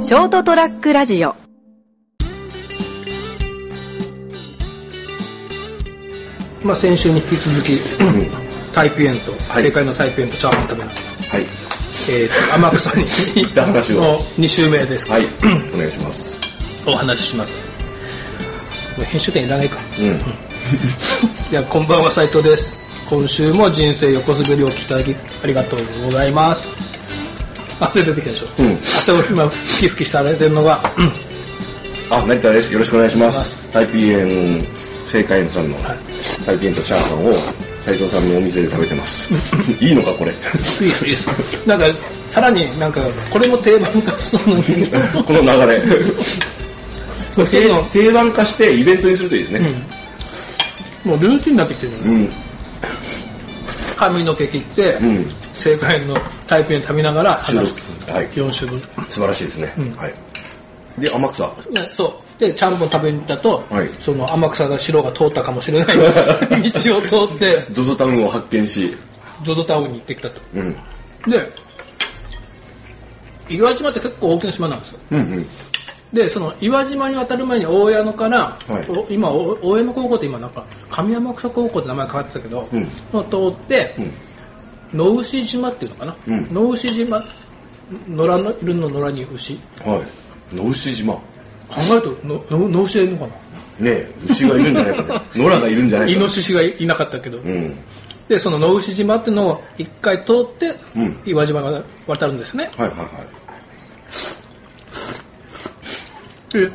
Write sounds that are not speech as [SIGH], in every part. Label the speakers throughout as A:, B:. A: ショートトラックラジオ
B: まあ、先週に引き続き、タイピエンと、正解のタイピエンとチャーハン食べながら、
C: はい。
B: えー
C: [LAUGHS]
B: と天草に
C: 行った話を
B: の2週目ですけど、
C: はい。お願いします。
B: お話ししますもう編集点いらないか
C: うん。
B: いやこんばんは斉藤です今週も人生横滑りを聞いていただきありがとうございます汗出てきたでしょ、
C: うん
B: 汗を今ふきふきしてられてるのが
C: [LAUGHS]
B: うん
C: あ、成田です。よろしくお願いします。タイピーエン、正解園さんの、タイピーエンとチャーハンを、斉藤さんのお店で食べてます。 [LAUGHS] いいのか、これ。
B: いいですいいですなんかさらになんかこれも定番化しそうなのに [LAUGHS]
C: この流れ。これ定定番化してイベントにするといいですね。
B: もうルーティンになってきてるよね
C: うん。
B: 髪の毛切って、
C: ん
B: 正解のタイピエン食べながら話す
C: はい
B: 4週分
C: 素晴らしいですね。はい。で、天草。
B: ねそうでちゃんぽん食べに行ったと、
C: はい
B: その天草が白が通ったかもし
C: [LAUGHS]
B: れない道を通って
C: ゾゾタウンを発見し、
B: ジョドタウンに行ってきたと
C: うん。
B: で岩島って結構大きな島なんですよ
C: うんうん。
B: でその岩島に渡る前に大江野から、
C: はい
B: お今お大江野高校って今なんか上山草高校って名前変わってたけど、
C: うん
B: その通って、
C: ん
B: 野牛島っていうのかな、
C: うん
B: 野牛島野良のいるの野良に牛考
C: はい。野牛島。
B: えるとのの野牛がいるのか
C: ねえ、牛がいるんじゃないかね。野良がいるんじゃな
B: [LAUGHS] ないイ
C: か
B: ノ。シシがいいなかったけど、
C: うん。
B: でその野牛島っていうのを一回通って、
C: うん
B: 岩島が渡るんですね
C: はいはいはい。
B: で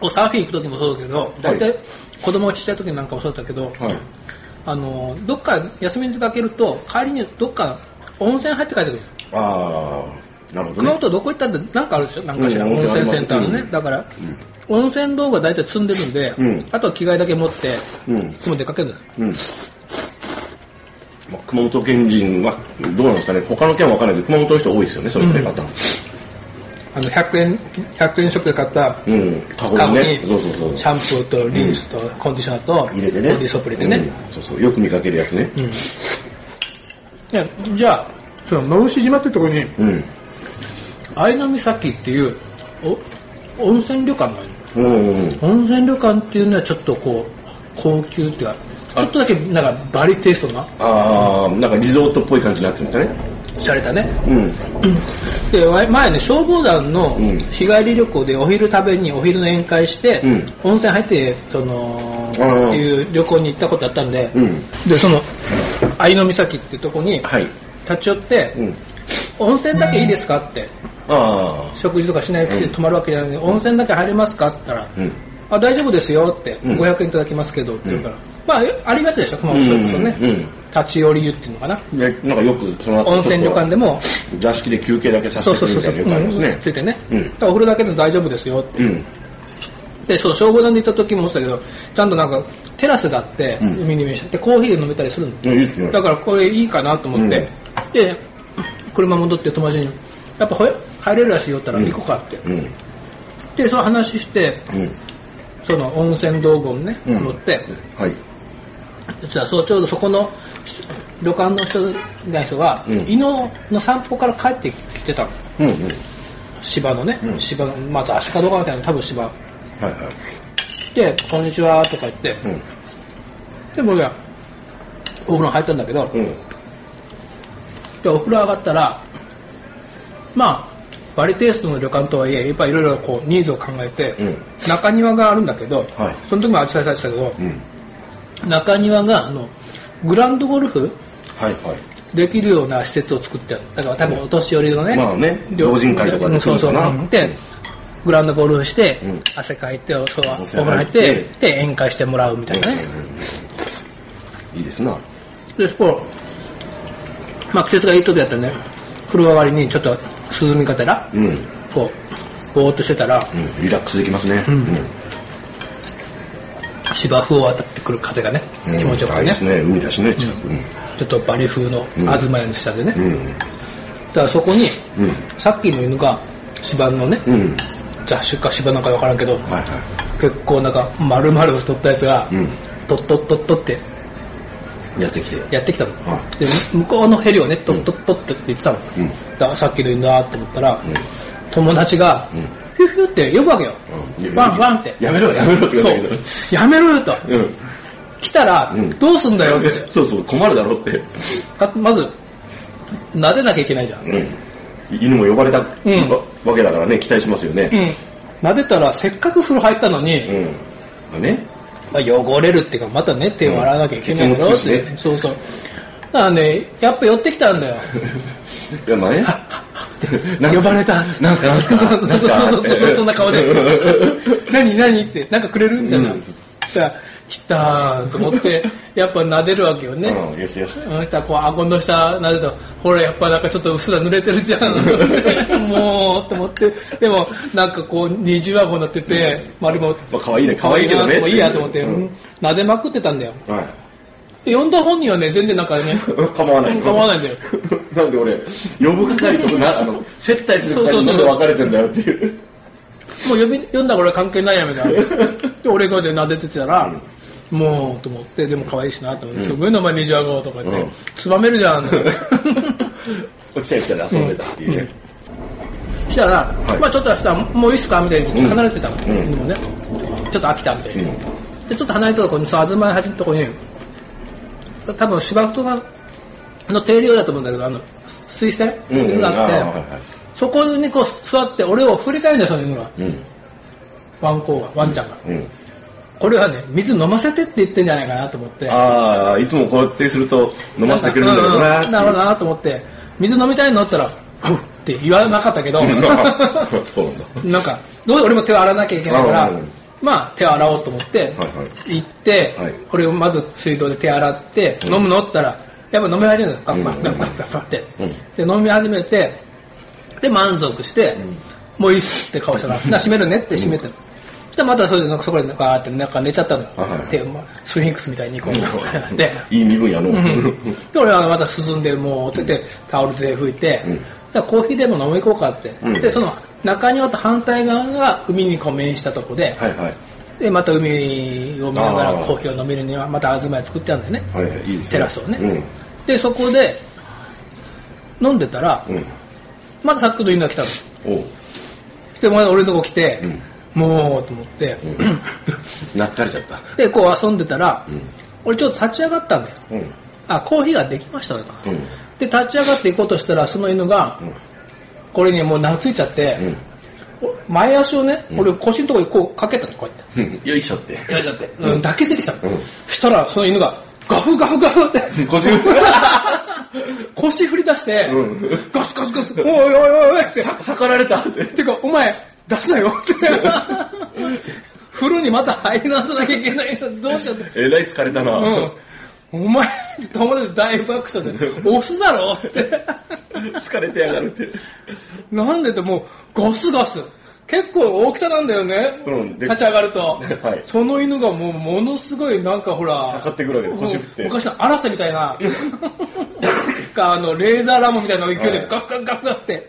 B: おサーフィン行く時もそうだけど大体子供がちっちゃい時なんかもそうだったけど、
C: はい。
B: あのどっか休みに出かけると帰りにどっか温泉入って帰ってくるんです
C: ああ、なるほど
B: 熊
C: ね。
B: 本どこ行ったってなんかあるでしょなんかしら、
C: うん
B: 温泉センターのね、
C: うん
B: だから、温泉道具は大体積んでるんで、
C: うん
B: あとは着替えだけ持って、
C: うん
B: いつも出かけるんです
C: うん。まあ、熊本県人はどうなんですかね。他の県はわからないけど、熊本の人多いですよね、そういう食べ方。
B: あの100円100円ショップで買った
C: うん。カゴ
B: カ
C: に
B: ゴに
C: ね。そうそうそう。
B: シャンプーとリンスとコンディショナーとボ
C: 入
B: デ
C: れてね。
B: ィーソープ入れてね、
C: うんそうそう。よく見かけるやつね。
B: いやじゃあその野牛島ってところに
C: うん。
B: 藍の岬っていうお温泉旅館がある
C: うんうんうん。
B: 温泉旅館っていうのはちょっとこう高級っていうかちょっとだけなんかバリテイストな
C: ああ、なんかリゾートっぽい感じになってるんですかね。
B: 洒落たね [CLEARS THROAT]
C: うん。
B: でわ前ね消防団の
C: ん
B: 日帰り旅行でお昼食べにお昼の宴会して、
C: うん
B: 温泉入ってそのって
C: うん
B: いう旅行に行ったことあったんで、
C: うん
B: でその藍の岬っていうとこに
C: はい。
B: 立ち寄って、
C: うん。
B: 温泉だけいいですかって
C: あ
B: 食事とかしないくて泊まるわけじゃないのに、温泉だけ入れますかって言ったら、
C: うん
B: あ大丈夫ですよって、
C: ん
B: 500円いただきますけどって言うから、まあありがちでしょ熊本それこそね、
C: うんうん
B: 立ち寄り湯っていうのかな
C: あ。で、なんかよくその後
B: 温泉旅館でも
C: 座敷で休憩だけさせ
B: そう
C: て
B: そ
C: く
B: うそう
C: れるみた
B: そう、
C: いなよくあります
B: うん
C: ね。
B: ついてね、
C: うん
B: だからお風呂だけで大丈夫ですよって
C: うん。
B: でそう消防団で行った時もそうだけどちゃんとなんかテラスがあって、
C: ん
B: 海に面してでコーヒーで飲めたりするの、
C: うんいいっすね
B: だからこれいいかなと思って、で車戻って友達に「やっぱほえ入れるらしいよ」って言ったら「行こうか」って、
C: うん。
B: でその話して
C: うん。
B: その温泉道具をね、
C: うん
B: 持って
C: はい。
B: そしたらそうちょうどそこのし旅館の人が人が、
C: うん
B: 伊能の散歩から帰ってきてたの
C: うんうん。
B: 芝のね、
C: うん
B: 芝まず足利かみたいな多分芝
C: はいはい。
B: で「こんにちは」とか言って、
C: うん。
B: で僕がお風呂入ったんだけど、
C: うん。
B: でお風呂上がったらまあバリテイストの旅館とはいえやっぱいろいろこうニーズを考えて、
C: うん
B: 中庭があるんだけど、
C: はい
B: その時もあちらされてたけど、
C: うん。
B: 中庭があのグランドゴルフ
C: はいはい。
B: できるような施設を作ってあるだから多分お年寄りのね,両、
C: まあね老人会とか
B: で
C: で
B: そうそう
C: 来るかな
B: うんでグランドゴルフして、
C: うん
B: 汗かいてそうお
C: 温
B: 風呂
C: 泉
B: 入
C: 入
B: っ
C: ってて
B: で宴会してもらうみたいなね、
C: いいですな。
B: でそこまあ季節がいい時だったらね風呂上がりにちょっと涼みがてら、
C: うん。うん。
B: こうぼーっとしてたら
C: リラックスできますね。うん。
B: 芝生を渡ってくる風がね
C: うん
B: 気持ちよく
C: あ
B: て
C: いい
B: ね
C: ですね。海だしね、近くに。
B: ちょっとバリ風の東屋の下でね、
C: うん。
B: だからそこに、
C: うん
B: さっきの犬が芝のね、
C: うん。
B: 雑種か芝なんか分からんけど、
C: はいはい。
B: 結構なんか丸々太ったやつが、
C: うん
B: とっとっとっとって
C: やってきて。
B: やってきたの、
C: は
B: で向こうのヘリをねとっとっとって言ってたの、だからさっきの犬だと思ったら、友達が、ヒュヒュって呼ぶわけよ
C: うんいや。
B: ワンワンって。
C: やめろやめろって言われたけど
B: そうやめろよと。
C: うん
B: 来たら
C: ん、
B: どうすんだよって。
C: そうそう困るだろうって、
B: だってまず、撫でなきゃいけないじゃん。
C: うん、犬も呼ばれた、
B: ん
C: わわけだからね期待しますよ
B: う
C: ね、
B: ん。撫でたら、せっかく風呂入ったのに、
C: うんまあね
B: まあ、汚れるっていうかまたね手を洗わなきゃいけないだろうって、
C: うん手もつく
B: そ
C: しね
B: うそうだからねやっぱ寄ってきたんだよ
C: いやまあねなん
B: 呼ばれた
C: なんすかなんすか
B: そうそう
C: なんすか
B: そうそうそうそんな顔で「 [LAUGHS] 何何?」って「なんかくれる?」みたいな、
C: うん
B: そしたら「来たー」と思ってやっぱ撫でるわけよね、
C: うんよしよし
B: そしたらこう顎の下撫でるとほらやっぱなんかちょっとうっすら濡れてるじゃ
C: [LAUGHS]
B: んもうと思ってでもなんかこう二重顎になってて丸も
C: まあ可愛いね可愛いけどね
B: 可愛いなと思って
C: うん
B: うん撫でまくってたんだよ
C: はい
B: 呼んだ本人はね全然なんか
C: [LAUGHS]
B: ね
C: 構わない
B: 構わないんだよ
C: なんで俺呼ぶ係となあの接待する
B: そう
C: 係
B: そう
C: に
B: そ
C: な
B: うん
C: で別れてんだよっていう
B: もう呼び呼んだから俺は関係ないやみたいな
C: [LAUGHS]
B: で俺がで撫でてたら、もうと思ってでも可愛いしなと思って、すごい名前虹あごとか言って、
C: うん
B: つばめるじ
C: [LAUGHS]
B: ゃん
C: 来たり来たり遊んでたっていうね、
B: そしたら、
C: い
B: まあちょっとしたらもういいっすかみたいに離れてたの、
C: ん
B: でもねちょっと飽きたみたいに、でちょっと離れたところにさ東八のとこに多分芝生がの定量だと思うんだけどあの水栓
C: うんうん
B: 水があって、
C: あーはいはい
B: そこにこう座って俺を振り返るんだよその犬がワンコウがワンちゃんが、
C: うんうん
B: これはね水飲ませてって言ってんじゃないかなと思って
C: ああいつもこうやってすると飲ませてくれるんだけどな
B: うんうんなるほどなと思って水飲みたいのって言ったら「ふっ」って言わなかったけど
C: そうなんだ
B: なんかどう俺も手を洗わなきゃいけないか
C: う
B: ら
C: んうんうん
B: まあ手を洗おうと思って行って、
C: はい
B: これをまず水道で手洗って、飲むのって言ったらやっぱ飲み始めたのガッパッガッパッガッパッって、で飲み始めてで満足して、もういいっすって顔したら「な閉めるね」って閉めてる。でまたそれでなんかそこでガーってなんか寝ちゃったのよ、
C: はい
B: でまあスフィンクスみたいにこうやって
C: いい身分やのう
B: で俺はまた進んでもうっててタオルで拭いて、だからコーヒーでも飲み行こうかって、
C: うん
B: でその中庭と反対側が海にこう面したとこで,、
C: はいはい
B: でまた海を見ながら
C: あー
B: コーヒーを飲めるにはまた東屋作ってあるんだよね、
C: はいはいいいですね
B: テラスをね、
C: うん
B: でそこで飲んでたら、
C: うん
B: またさっきの犬が来たの
C: おう
B: でまた俺のとこ来て、
C: ん
B: もうと思って、 [LAUGHS]
C: 懐かれちゃった
B: でこう遊んでたら、俺ちょっと立ち上がったんだよ
C: うん
B: あコーヒーができましたねと
C: うん
B: で立ち上がっていこうとしたらその犬が、これにもう懐いちゃって、お前足をね、俺腰のところにこうかけたのこうやっ
C: うんよいしょって
B: てやっちゃって、うん、だけ出てきたの、したらその犬がガフガフガ
C: [LAUGHS]
B: フって
C: 腰
B: 腰振り出して、
C: うん
B: ガスガスガスおいおいおいおいって
C: 逆られたって
B: てかお前出すなよ
C: [LAUGHS]
B: って風呂にまた入り直さなきゃいけないのどうしようって
C: えらい疲れたな、
B: うんお前友達大爆笑で押すだろって
C: 疲れてやがるって
B: なんでってもうガスガス結構大きさなんだよね、
C: うんで
B: 立ち上がると、
C: はい
B: その犬がもうものすごいなんかほら
C: 盛ってくるわけで腰振って
B: 昔の嵐みたいなかあのレーザーラモンみたいな勢い
C: は
B: で
C: い
B: ガッガッガッガッって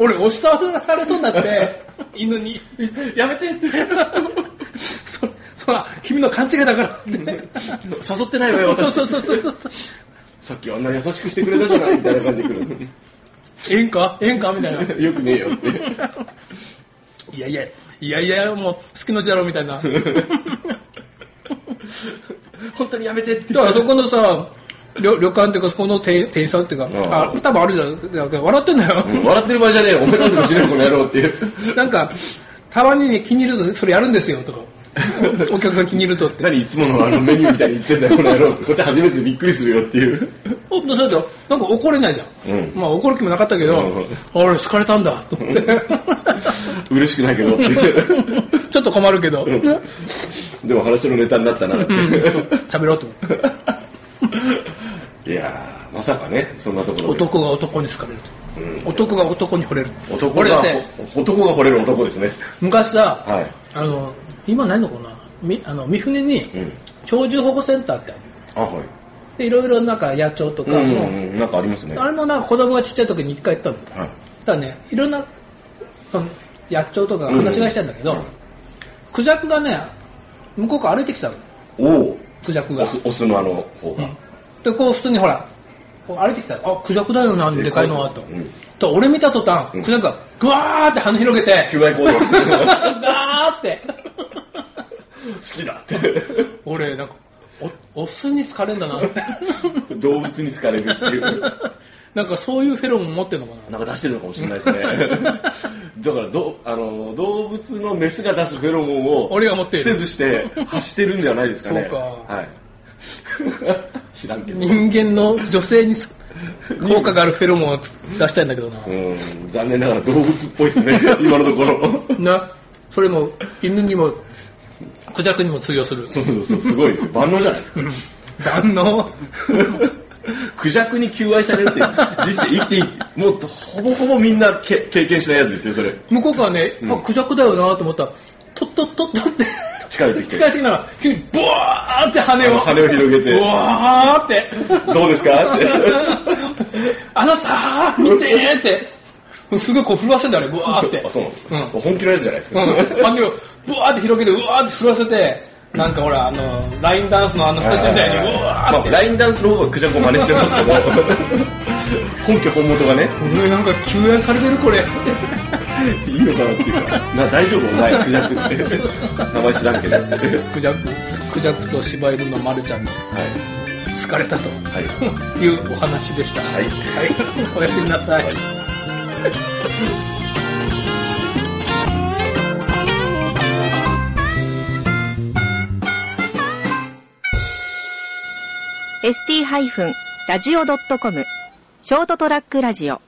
B: 俺押し倒されそうになって犬にやめてってそそら君の勘違いだからって
C: 誘ってないわよ
B: そう
C: 私
B: そうそうそうそうそう
C: さっきあんな優しくしてくれたじゃないみたいな感じで来る
B: 縁か縁かみたいな
C: よくねえよって
B: いやいや、いやいや、もう、好きのうちだろ、みたいな。だか
C: 本当にやめてって
B: ら、そこのさ、旅旅館っていうか、そこの店店員さんっていうか、
C: ん
B: あ、多分あるじゃんだけど、笑ってんだよ。
C: 笑ってる場合じゃねえよお前なんとかしろよこの野郎っていう
B: なんか、たまにね、気に入ると、それやるんですよ、とか。おお客さん気に入るとって。
C: 何いつものあのメニューみたいに言ってんだよこの野郎ってこっち初めてびっくりするよっていう
B: おそれで、なんか怒れないじゃん。まあ、怒る気もなかったけど、
C: うん
B: あ俺、好かれたんだ、と思って。
C: 嬉しくないけど [LAUGHS] っていう
B: ちょっと困るけど、
C: でも話のネタになったなって
B: 喋ろうと思って。
C: いやーまさかねそんなところで
B: 男が男に好かれると。男が男に惚れる。
C: 男
B: 俺だ
C: が
B: って、
C: 男が惚れる男ですね
B: 昔さ、
C: はい
B: あの今ないのかなみあの三船に
C: ん
B: 鳥獣保護センターってある
C: あはい
B: でいろいろなんか野鳥とか
C: う
B: も、
C: んうんうんなんかありますね
B: あ
C: は
B: れもなんか子供がちっちゃい時に一回行ったのだか
C: い
B: らねいろんなあの野鳥とか話がしたんだけど、クジャクがね向こうから歩いてきたの
C: おお
B: クジャクが
C: オスオスのあの方が、
B: でこう普通にほらこう歩いてきたらあクジャクだよなあのでかいのはと、と俺見た途端クジャクがグワーって羽広げて
C: 求愛行動
B: [LAUGHS] ガーって
C: きだっ
B: 俺なんかおオスに好かれんだな [LAUGHS] って
C: て [LAUGHS] 動物に好かれるっていう
B: なんかそういうフェロモン持ってるのかな
C: なんか出してるのかもしれないですね [LAUGHS] だからどあの動物のメスが出すフェロモンを
B: 俺が持っている
C: せずして発してるんじゃないですかね
B: そうか
C: はい [LAUGHS] 知らんけど
B: 人間の女性に [LAUGHS] す効果があるフェロモンを出したいんだけどな、
C: うん残念ながら動物っぽいですね [LAUGHS] 今のところ
B: なそれも犬にもクジャクにも通用す [LAUGHS] る
C: そうそうそうすごいですよ万能じゃないですか
B: 万能
C: クジャクに求愛されるって実際生きていもうほぼほぼみんなけ経験したやつですよそれ
B: 向こうからね、あクジャクだよなと思ったらとっとっとっとって
C: 近寄ってきて
B: 近寄ってきたら急にボワーって羽を
C: 羽を広げ
B: ボ
C: て
B: ワーって
C: どうですかって
B: あなた見てねってすごいこう震わせんだあれボワーって
C: あそうなんです、本気のやつじゃないですか、
B: [LAUGHS] うん羽をブワーって広げてうわーって震わせてなんかほらあのラインダンスのあの人たちみたいにうわ
C: ま
B: ーっ
C: あ、
B: て、
C: ラインダンスの方がクジャクを真似してますけど本家本元がね
B: 俺なんか救援されてるこれ
C: いいのかなっていうかな大丈夫お前クジャクって名前知らんけどってはい
B: クジャククジャクと柴犬の丸ちゃんに疲れたと [LAUGHS]
C: はい
B: いうお話でした、
C: はい
B: おやすみなさい
A: ST-radio.com ショートトラックラジオ